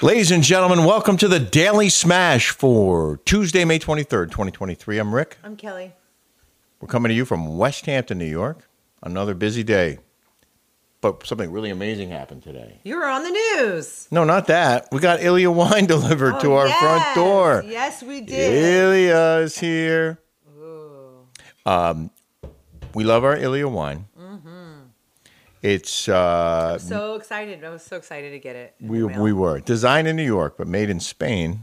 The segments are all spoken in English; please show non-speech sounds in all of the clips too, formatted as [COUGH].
Ladies and gentlemen, welcome to the Daily Smash for Tuesday, May 23rd, 2023. I'm Rick. I'm Kelly. We're coming to you from West Hampton, New York. Another busy day. But something really amazing happened today. You were on the news. No, not that. We got Ilya wine [LAUGHS] delivered to Oh, our yes. front door. Yes, we did. Ilya is here. Um, Ooh. We love our Ilya wine. Mm-hmm. It's uh, So excited. I was so excited to get it. in we the mail. we were designed in New York but made in Spain,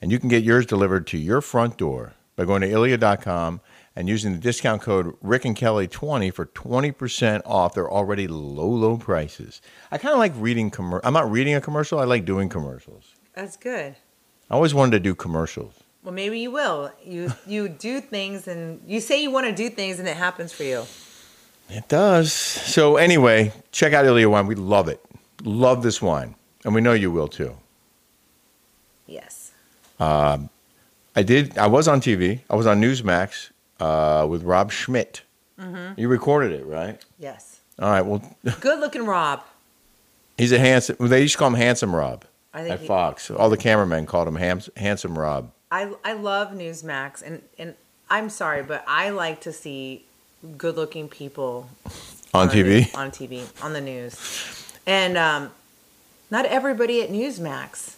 and you can get yours delivered to your front door by going to ilia.com and using the discount code Rick and Kelly twenty for twenty percent off their already low low prices. I kind of like reading commer. I'm not reading a commercial. I like doing commercials. That's good. I always wanted to do commercials. Well, maybe you will. You you do things and you say you want to do things and it happens for you. It does. So anyway, check out Ilia wine. We love it. Love this wine, and we know you will too. Yes. I did. I was on TV. I was on Newsmax uh, with Rob Schmidt. Mm-hmm. You recorded it, right? [LAUGHS] Yes. All right. Well, Good looking Rob. he's a handsome. well, They used to call him Handsome Rob I at think he- Fox. All the cameramen called him Hams- Handsome Rob. I I love Newsmax and and I'm sorry, but I like to see good looking people On TV, on TV, on the news. And um, not everybody at Newsmax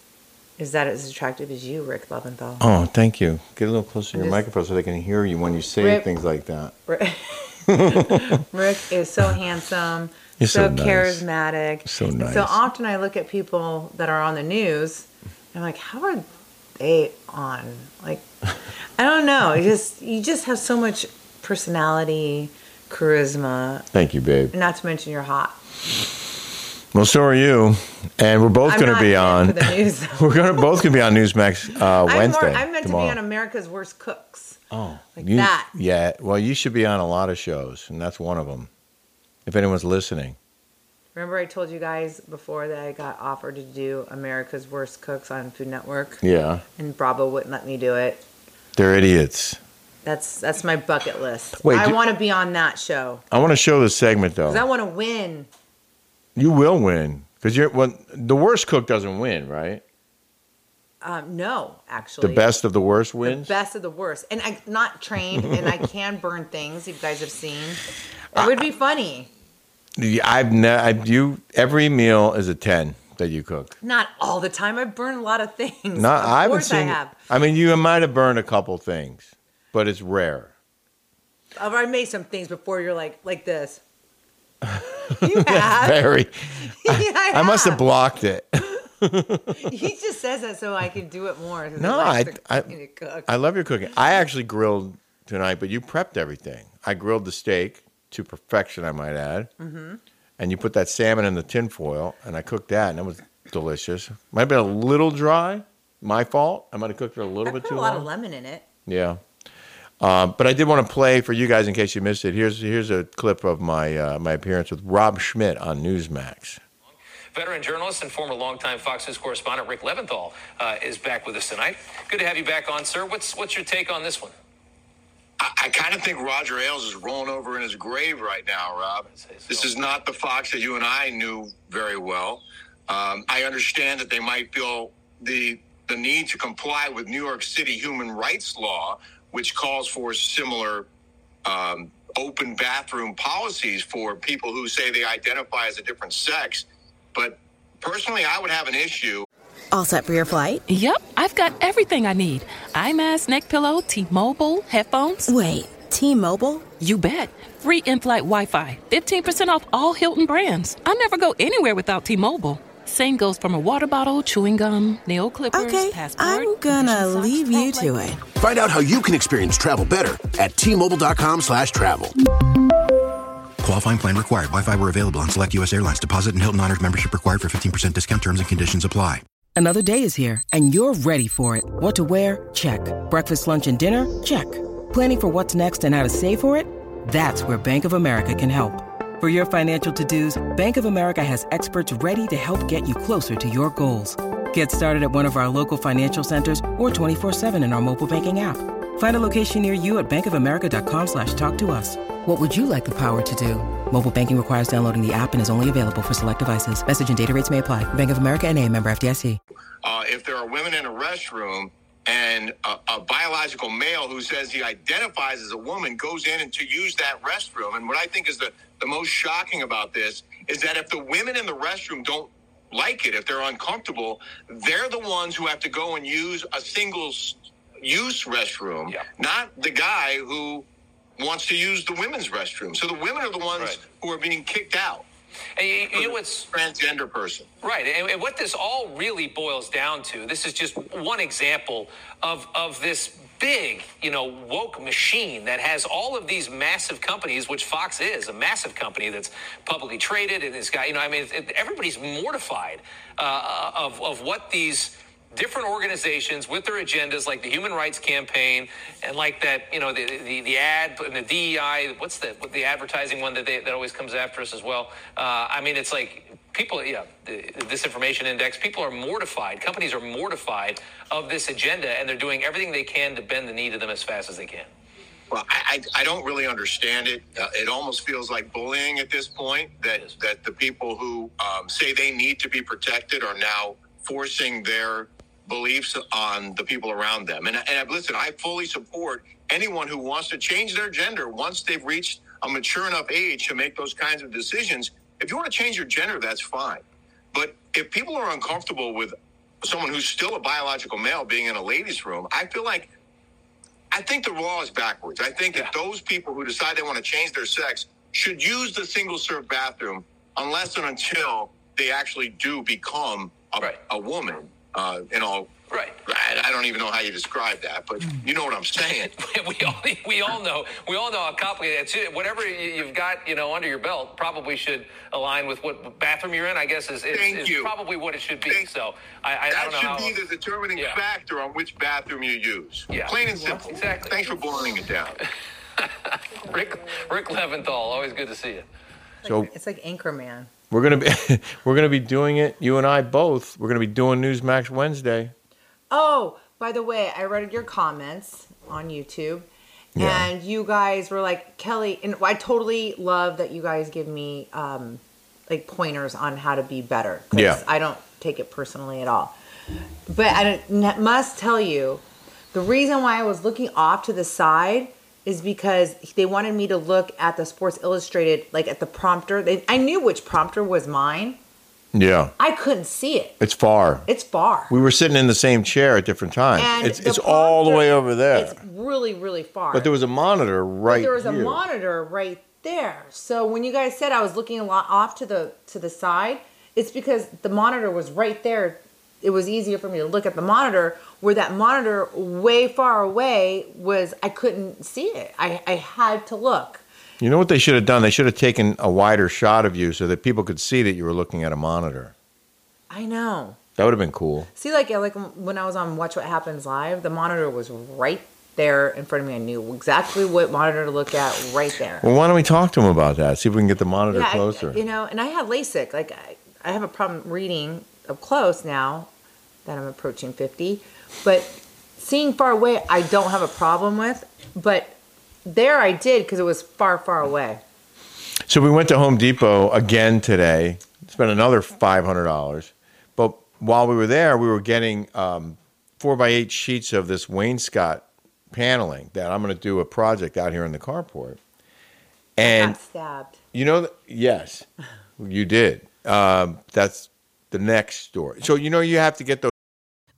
is that as attractive as you, Rick Leventhal. oh, thank you. Get a little closer to your Just- microphone so they can hear you when you say Rip. things like that. Rick [LAUGHS] Rick is so handsome, You're so so, nice. charismatic. So And nice. So often I look at people that are on the news, and I'm like, how are they on? Like, I don't [LAUGHS] know. You just you just have so much personality, charisma, Thank you, babe. and not to mention you're hot. Well, so are you, and we're both I'm going to not be here on. for the news. though. [LAUGHS] we're gonna both going to be on Newsmax uh, I'm Wednesday. More, I'm meant tomorrow. to be on America's Worst Cooks. Oh, like that. Yeah. Well, you should be on a lot of shows, and that's one of them. If anyone's listening, Remember, I told you guys before that I got offered to do America's Worst Cooks on Food Network, yeah, and Bravo wouldn't let me do it. they're idiots. That's that's my bucket list. Wait, I do- want to be on that show I want to show this segment though. because I want to win. you will win because you're well, the worst cook doesn't win, right? Um, no, actually, The best of the worst The wins. best of the worst. And I'm not trained, [LAUGHS] and I can burn things. You guys have seen. It would be funny. Yeah, I've ne- I, you every meal is a ten that you cook. Not all the time. I burn a lot of things. Not of I haven't course seen. I have. I mean, you might have burned a couple things, but it's rare. I've already made some things before. You're like like [LAUGHS] this. You have. Very. [LAUGHS] Yeah, I must have blocked it. He just says that so I can do it more. 'cause No, I, like I- to- I- to cook. I love your cooking. I actually grilled tonight, but you prepped everything. I grilled the steak to perfection, I might add. Mm-hmm. And you put that salmon in the tinfoil, and I cooked that, and it was delicious. Might have been a little dry. My fault. I might have cooked it a little I bit put too a lot long. of lemon in it. yeah. Um, but I did want to play for you guys in case you missed it. Here's here's a clip of my uh, my appearance with Rob Schmidt on Newsmax. Veteran journalist and former longtime Fox News correspondent Rick Leventhal uh, is back with us tonight. Good to have you back on, sir. What's what's your take on this one? I kind of think Roger Ailes is rolling over in his grave right now, Rob. say so. This is not the Fox that you and I knew very well. Um, I understand that they might feel the the need to comply with New York City human rights law, which calls for similar um, open bathroom policies for people who say they identify as a different sex. But personally, I would have an issue All set for your flight? Yep, I've got everything I need. Eye mask, neck pillow, T-Mobile, headphones. Wait, T Mobile? You bet. Free in-flight Wi-Fi. 15% off all Hilton brands. I never go anywhere without T-Mobile. Same goes for my water bottle, chewing gum, nail clippers, Okay, passport. I'm gonna condition socks, leave you phone to blanket. it. Find out how you can experience travel better at tmobile.com slash travel. Qualifying plan required. Wi-Fi were available on select U.S. airlines. Deposit and Hilton Honors membership required for 15% discount terms and conditions apply. Another day is here, and you're ready for it. What to wear? Check. Breakfast, lunch, and dinner? Check. Planning for what's next and how to save for it? That's where Bank of America can help. For your financial to dos, Bank of America has experts ready to help get you closer to your goals. Get started at one of our local financial centers or 24-7 in our mobile banking app. Find a location near you at bankofamerica.com slash talk to us. What would you like the power to do? Mobile banking requires downloading the app and is only available for select devices. Message and data rates may apply. Bank of America and a member FDIC. uh, if there are women in a restroom and a, a biological male who says he identifies as a woman goes in and to use that restroom. And what I think is the, the most shocking about this is that if the women in the restroom don't like it, if they're uncomfortable, they're the ones who have to go and use a single s- use restroom, Yeah. not the guy who wants to use the women's restroom. So the women are the ones Right. who are being kicked out. And you, you know what's transgender person. Right, and, and what this all really boils down to, this is just one example of of this big, you know, woke machine that has all of these massive companies, which Fox is a massive company that's publicly traded, and it's got, you know, I mean, it, everybody's mortified uh, of of what these different organizations with their agendas, like the Human Rights Campaign, and like that, you know, the the, the ad and the DEI. What's the what the advertising one that they, that always comes after us as well? Uh, I mean, it's like people, yeah, the, the disinformation index. People are mortified. Companies are mortified of this agenda, and they're doing everything they can to bend the knee to them as fast as they can. Well, I, I, I don't really understand it. Uh, it almost feels like bullying at this point that, that the people who um, say they need to be protected are now forcing their beliefs on the people around them. And, and listen, I fully support anyone who wants to change their gender once they've reached a mature enough age to make those kinds of decisions. If you want to change your gender, that's fine. But if people are uncomfortable with someone who's still a biological male being in a ladies' room, I feel like I think the law is backwards. I think that those people who decide they want to change their sex should use the single serve bathroom unless and until they actually do become a, Right. a woman. Uh, in all, Right. Hmm. I, I don't even know how you describe that, but you know what I'm saying. we all we all know we all know how complicated it's whatever you- you've got you know under your belt probably should align with what bathroom you're in i guess is, is, Thank is you. probably what it should be Thank- so [LAUGHS] i, I, I that don't know how should be the determining Yeah. factor on which bathroom you else. use. Yeah. Plain and simple. Exactly. Thanks for boiling it down. rick rick leventhal always good to see you So It's like Anchorman. we're gonna be [LAUGHS] we're gonna be doing it. You and I both. We're gonna be doing Newsmax Wednesday. Oh, by the way, I read your comments on YouTube. Yeah. And you guys were like, Kelly, and I totally love that you guys give me um, like pointers on how to be better. 'cause Yeah. I don't take it personally at all. But I don't- n- must tell you, the reason why I was looking off to the side is because they wanted me to look at the Sports Illustrated, like at the prompter. They, I knew which prompter was mine. Yeah, I couldn't see it. it's far. It's far. We were sitting in the same chair at different times. And it's the it's all the prompter- way over there. It's really, really far. But there was a monitor right there was a here. monitor right there. So when you guys said I was looking a lot off to the to the side, it's because the monitor was right there. It was easier for me to look at the monitor where that monitor way far away was I couldn't see it. I, I had to look. You know what they should have done? They should have taken a wider shot of you so that people could see that you were looking at a monitor. I know. That would have been cool. See like like when I was on Watch What Happens Live, the monitor was right there in front of me. I knew exactly what monitor to look at right there. Well, why don't we talk to him about that? See if we can get the monitor yeah, I- closer. you know, and I have LASIK. Like I, I have a problem reading up close now that I'm approaching 50, but seeing far away I don't have a problem with, but there I did because it was far, far away. So we went to Home Depot again today. Spent another five hundred dollars. But while we were there, we were getting um, four by eight sheets of this wainscot paneling that I'm going to do a project out here in the carport. And Got stabbed. you know, th- yes, you did. Um, that's the next story. So you know, you have to get those.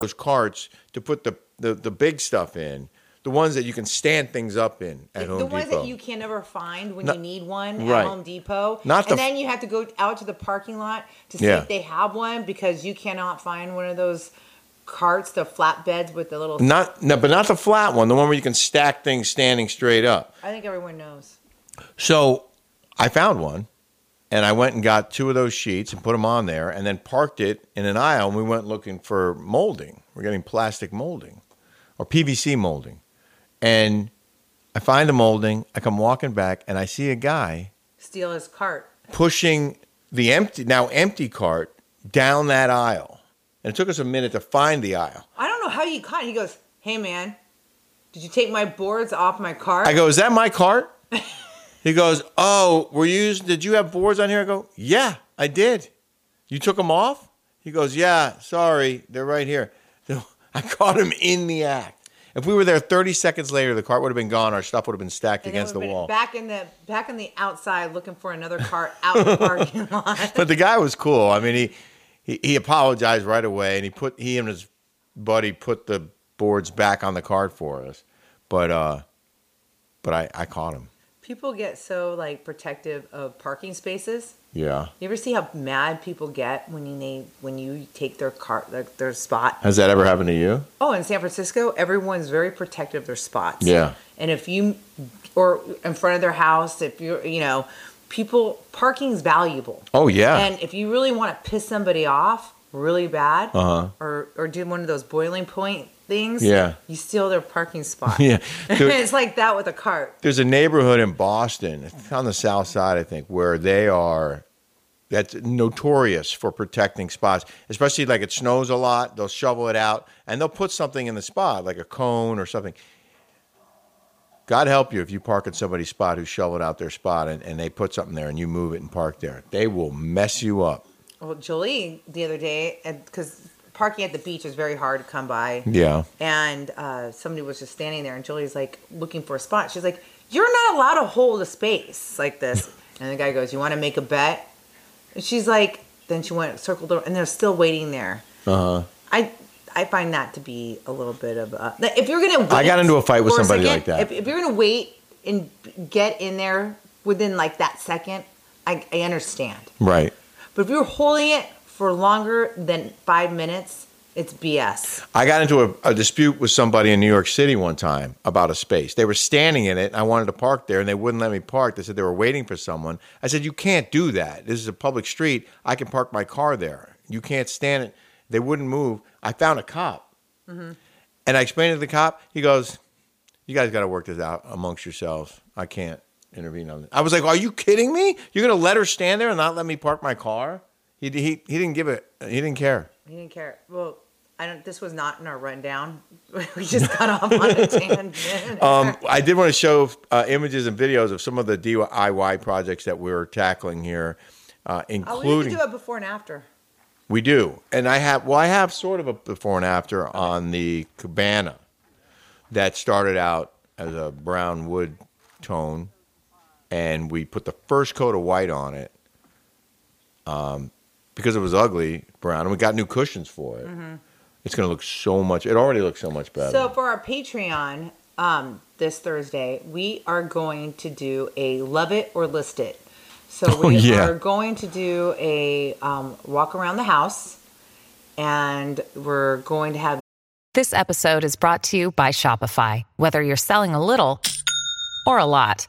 those carts to put the, the, the big stuff in, the ones that you can stand things up in at Home the Depot. ones that you can never find when No- you need one right. at Home Depot. Not the and f- then you have to go out to the parking lot to see Yeah. if they have one because you cannot find one of those carts, the flatbeds with the little. Not no, but not the flat one, the one where you can stack things standing straight up. I think everyone knows. So I found one and I went and got two of those sheets and put them on there and then parked it in an aisle and we went looking for molding. We're getting plastic molding or PVC molding. And I find the molding, I come walking back and I see a guy Steal his cart. pushing the empty now empty cart down that aisle. And it took us a minute to find the aisle. I don't know how he caught it. He goes, "Hey man, did you take my boards off my cart?" I go, is that my cart? he goes, oh, were you using, did you have boards on here? I go, yeah, I did. You took them off? He goes, yeah, sorry, they're right here. [LAUGHS] So I caught him in the act. If we were there 30 seconds later, the cart would have been gone. Our stuff would have been stacked And it against the would've been wall. Back in the back in the outside, looking for another cart out in the [LAUGHS] parking lot. but the guy was cool. I mean, he, he he apologized right away, and he put he and his buddy put the boards back on the cart for us. But uh, but I I caught him. People get so like protective of parking spaces. Yeah. You ever see how mad people get when you they, when you take their cart their, their spot? Has that ever happened to you? Oh, in San Francisco, everyone's very protective of their spots. Yeah. And if you or in front of their house, if you're you know, people parking's valuable. Oh yeah. And if you really want to piss somebody off really bad, Uh-huh. or or do one of those boiling point things, Yeah. you steal their parking spot. [LAUGHS] [LAUGHS] Yeah. Dude. it's like that with a cart. There's a neighborhood in Boston, it's on the south side, I think, where they are that's notorious for protecting spots, especially like it snows a lot. They'll shovel it out and they'll put something in the spot, like a cone or something. God help you if you park in somebody's spot who shoveled out their spot and, and they put something there and you move it and park there. They will mess you up. Well, Jolie the other day, because parking at the beach is very hard to come by. Yeah. And uh, somebody was just standing there, and Jolie's like looking for a spot. She's like, "You're not allowed to hold a space like this." and the guy goes, "You want to make a bet?" And she's like, then she went circled, around, and they're still waiting there. Uh huh. I I find that to be a little bit of a. like, If you're gonna, wait I got into a fight with for a somebody second, like that. If, if you're gonna wait and get in there within like that second, I, I understand. Right. But if you're holding it for longer than five minutes, it's BS. I got into a, a dispute with somebody in New York City one time about a space. They were standing in it, and I wanted to park there, and they wouldn't let me park. They said they were waiting for someone. I said, "You can't do that. This is a public street. I can park my car there. You can't stand it." They wouldn't move. I found a cop, and I explained to the cop. He goes, "You guys got to work this out amongst yourselves. I can't intervene on this." I was like, "Are you kidding me? You're going to let her stand there and not let me park my car?" He he he didn't give it. He didn't care. You didn't care. Well, I don't. This was not in our rundown. [LAUGHS] We just got off on [LAUGHS] a tangent. Um, I did want to show uh, images and videos of some of the DIY projects that we're tackling here, uh, oh, we need including to do it before and after. we do, and I have well, I have sort of a before and after on the cabana that started out as a brown wood tone, and we put the first coat of white on it, um, because it was ugly brown, and we got new cushions for it. Mhm. It's going to look so much. It already looks so much better. So for our Patreon, um, this Thursday, we are going to do a love it or list it. So we Oh, yeah. are going to do a um, walk around the house, and we're going to have This episode is brought to you by Shopify. Whether you're selling a little or a lot,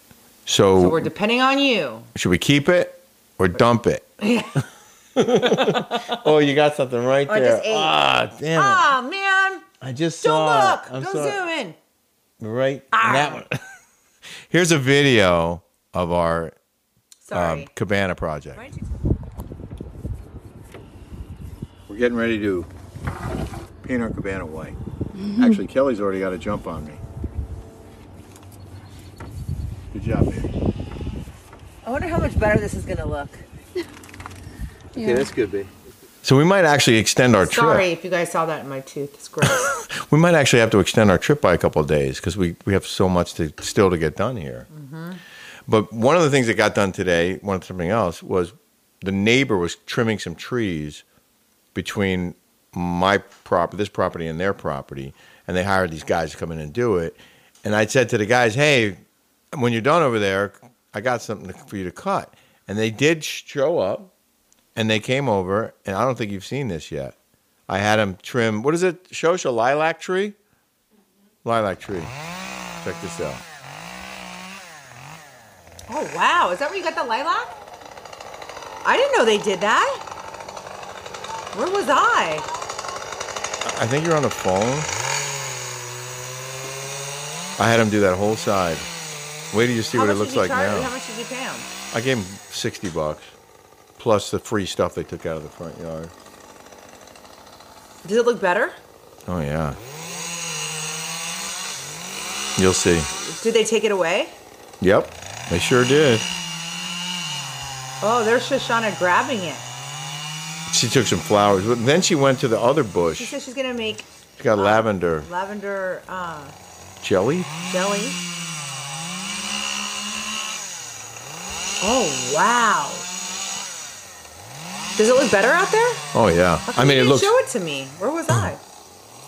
So So, we're depending on you. should we keep it or dump it? Yeah. [LAUGHS] oh, you got something right Oh, I there. just ate. Ah, damn it. Ah, man. I just Don't saw look. it. uh, I'm Um, Don't sorry. zoom Ah. in. Right. That one. [LAUGHS] Here's a video of our um, Sorry. cabana project. We're getting ready to paint our cabana white. Mm-hmm. Actually, Kelly's already got a jump on me. Good job, baby. I wonder how much better this is gonna look. Okay, that's good, baby. So we might actually extend our Sorry if you guys saw that in my tooth. It's [LAUGHS] gross. trip. We might actually have to extend our trip by a couple of days because we, we have so much to still to get done here. Mhm. But one of the things that got done today, one of something else, was the neighbor was trimming some trees between my prop this property and their property, and they hired these guys to come in and do it. And I said to the guys, "Hey, when you're done over there, I got something for you to cut." And they did show up, and they came over, and I don't think you've seen this yet. I had them trim what is it? Shosha lilac tree, lilac tree. Check this out. oh wow, is that where you got the lilac? I didn't know they did that. Where was I? I think you're on the phone. I had him do that whole side. Wait till you see how what it much looks did you like charge? now. How much did you pay 'em? I gave him 60 bucks plus the free stuff they took out of the front yard. Does it look better? Oh yeah. You'll see. Did they take it away? Yep. They sure did. Oh, there's Shoshana grabbing it. She took some flowers, but then she went to the other She bush. says she's gonna make She got lavender lavender uh, jelly. jelly. Oh wow! Does it look better out there? Oh yeah. How come I mean, you it didn't looks. Show it to me. Where was I?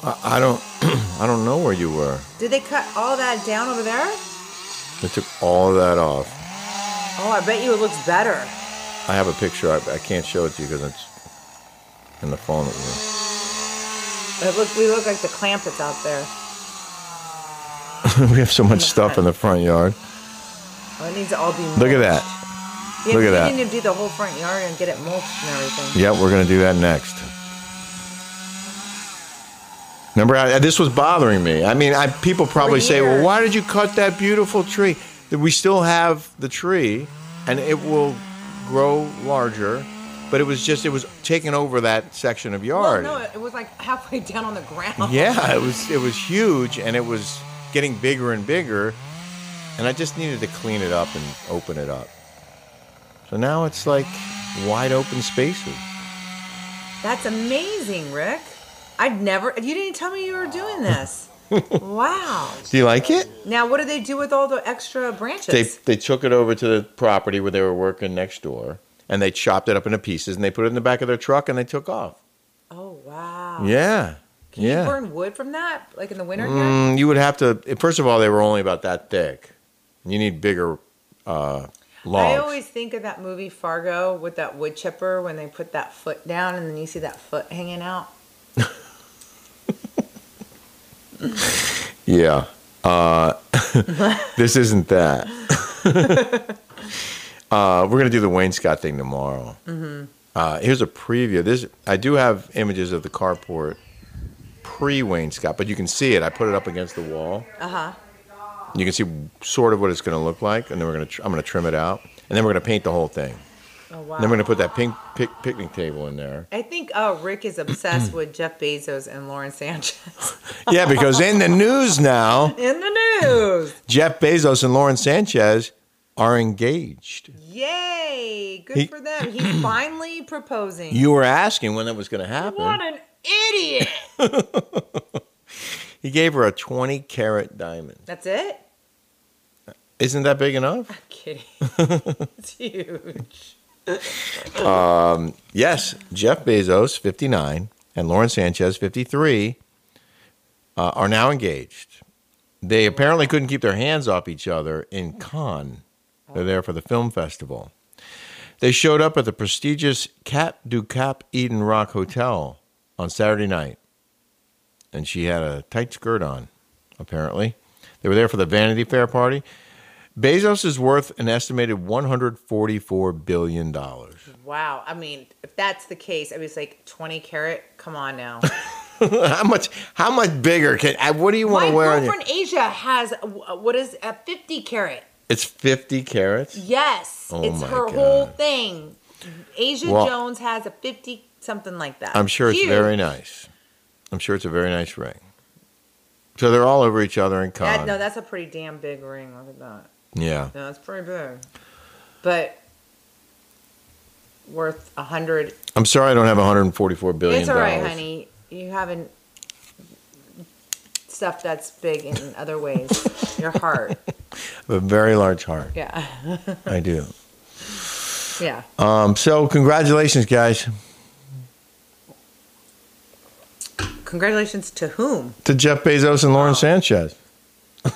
I, I don't. [CLEARS THROAT] I don't know where you were. Did they cut all that down over there? They took all that off. Oh, I bet you it looks better. I have a picture. I, I can't show it to you because it's in the phone. with It look, we look like the clamp that's out there. me. [LAUGHS] we have so much stuff in the front yard. Oh, it needs to all be. Mulched. Look at that. Yeah, Look at we that. need to do the whole front yard and get it mulched and everything. Yeah, we're gonna do that next. Remember, I, this was bothering me. I mean, I, people probably say, "Well, years. why did you cut that beautiful tree?" That we still have the tree, and it will grow larger. But it was just it was taking over that section of Well, yard. no, it, it was like halfway down on the ground. Yeah, it was it was huge, and it was getting bigger and bigger, and I just needed to clean it up and open it up. So now it's like wide open spaces. That's amazing, Rick. I'd never. You didn't tell me you were doing [LAUGHS] this. wow. Do you like it? Now, what do they do with all the extra branches? They they took it over to the property where they were working next door, and they chopped it up into pieces, and they put it in the back of their truck, and they took off. oh wow. Yeah, Can yeah. you burn wood from that, like in the winter? yeah? Mm, you would have to. First of all, they were only about that thick. You need bigger uh, I logs. always think of that movie Fargo with that wood chipper when they put that foot down and then you see that foot hanging out. Yeah. Uh, [LAUGHS] this isn't that. uh, we're going to do the wainscot thing tomorrow. Mm-hmm. Uh, here's a preview. This I do have images of the carport pre wainscot, but you can see it. I put it up against the wall. Uh huh. You can see sort of what it's going to look like, and then we're going to tr- I'm going to trim it out, and then we're going to paint the whole thing. Oh wow. And then we're going to put that pink pic- picnic table in [LAUGHS] there. I think uh, Rick is [CLEARS THROAT] obsessed with Jeff Bezos and Lauren Sanchez [LAUGHS] Yeah, because in the news now, in the news. Jeff Bezos and Lauren Sanchez are engaged. Yay! Good He- for them. He's finally proposing. You were asking when that was going to happen. what an idiot! He gave her a 20 carat diamond. That's it. Isn't that big enough? I'm [LAUGHS] kidding. it's huge. Um, yes, Jeff Bezos, 59, and Lauren Sanchez, 53, uh, are now engaged. They apparently couldn't keep their hands off each other in Cannes. They're there for the film festival. They showed up at the prestigious Cap du Cap Eden Rock Hotel on Saturday night. and she had a tight skirt on, apparently. They were there for the Vanity Fair party. Bezos is worth an estimated $144 billion. Wow. I mean, if that's the case, I was like 20 carat. Come on now. how much How much bigger can, [LAUGHS] I- what do you want My to wear? on your- girlfriend Asia has a- what is a 50 carat. It's 50 carats? Yes, Oh it's my her God. whole thing. Asia Well- Jones has a 50 something like that. I'm sure it's Huge. very nice. I'm sure it's a very nice ring. So they're all over each other in con. That, no, that's a pretty damn big ring. Look at that. Yeah. No, that's pretty big. But worth a hundred. I'm sorry I don't have 144 billion It's all right, dollars. honey. You haven't stuff that's big in other ways. [LAUGHS] Your heart. I have a very large [LAUGHS] heart. Yeah. I do. yeah. Um, so congratulations, guys, Congratulations to whom? to Jeff Bezos and Lauren Sanchez. [LAUGHS] do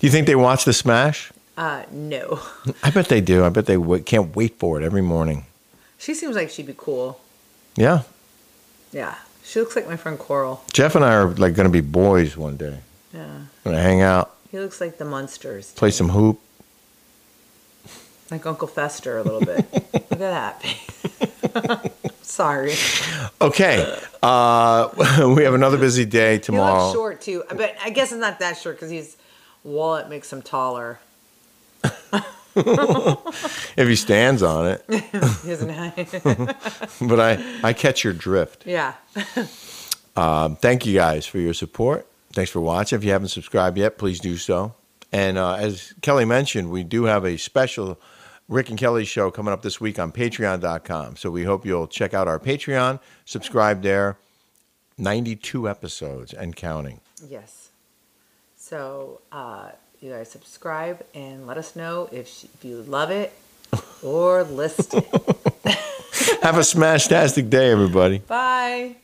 you think they watch the Smash? Uh, no. I bet they do. I bet they w- can't wait for it every morning. She seems like she'd be cool. Yeah, Yeah. She looks like my friend Coral. Jeff and I are like going to be boys one day. Yeah. Going to hang out, He looks like the Munsters. play some hoop. Like Uncle Fester a little bit. [LAUGHS] Look at that. [LAUGHS] Sorry. Okay, uh, [LAUGHS] we have another busy day He tomorrow. looks short too, but I guess it's not that short because his wallet makes him taller. if he stands on it. He doesn't have- but I, I catch your [LAUGHS] drift. yeah. Um, thank you guys for your support. Thanks for watching. If you haven't subscribed yet, please do so. And uh, as Kelly mentioned, we do have a special Rick and Kelly show coming up this week on patreon.com. So we hope you'll check out our Patreon, subscribe there. 92 episodes and counting. Yes. So uh, you guys subscribe and let us know if, sh- if you love it or list it. Have a smash tastic day, everybody. Bye.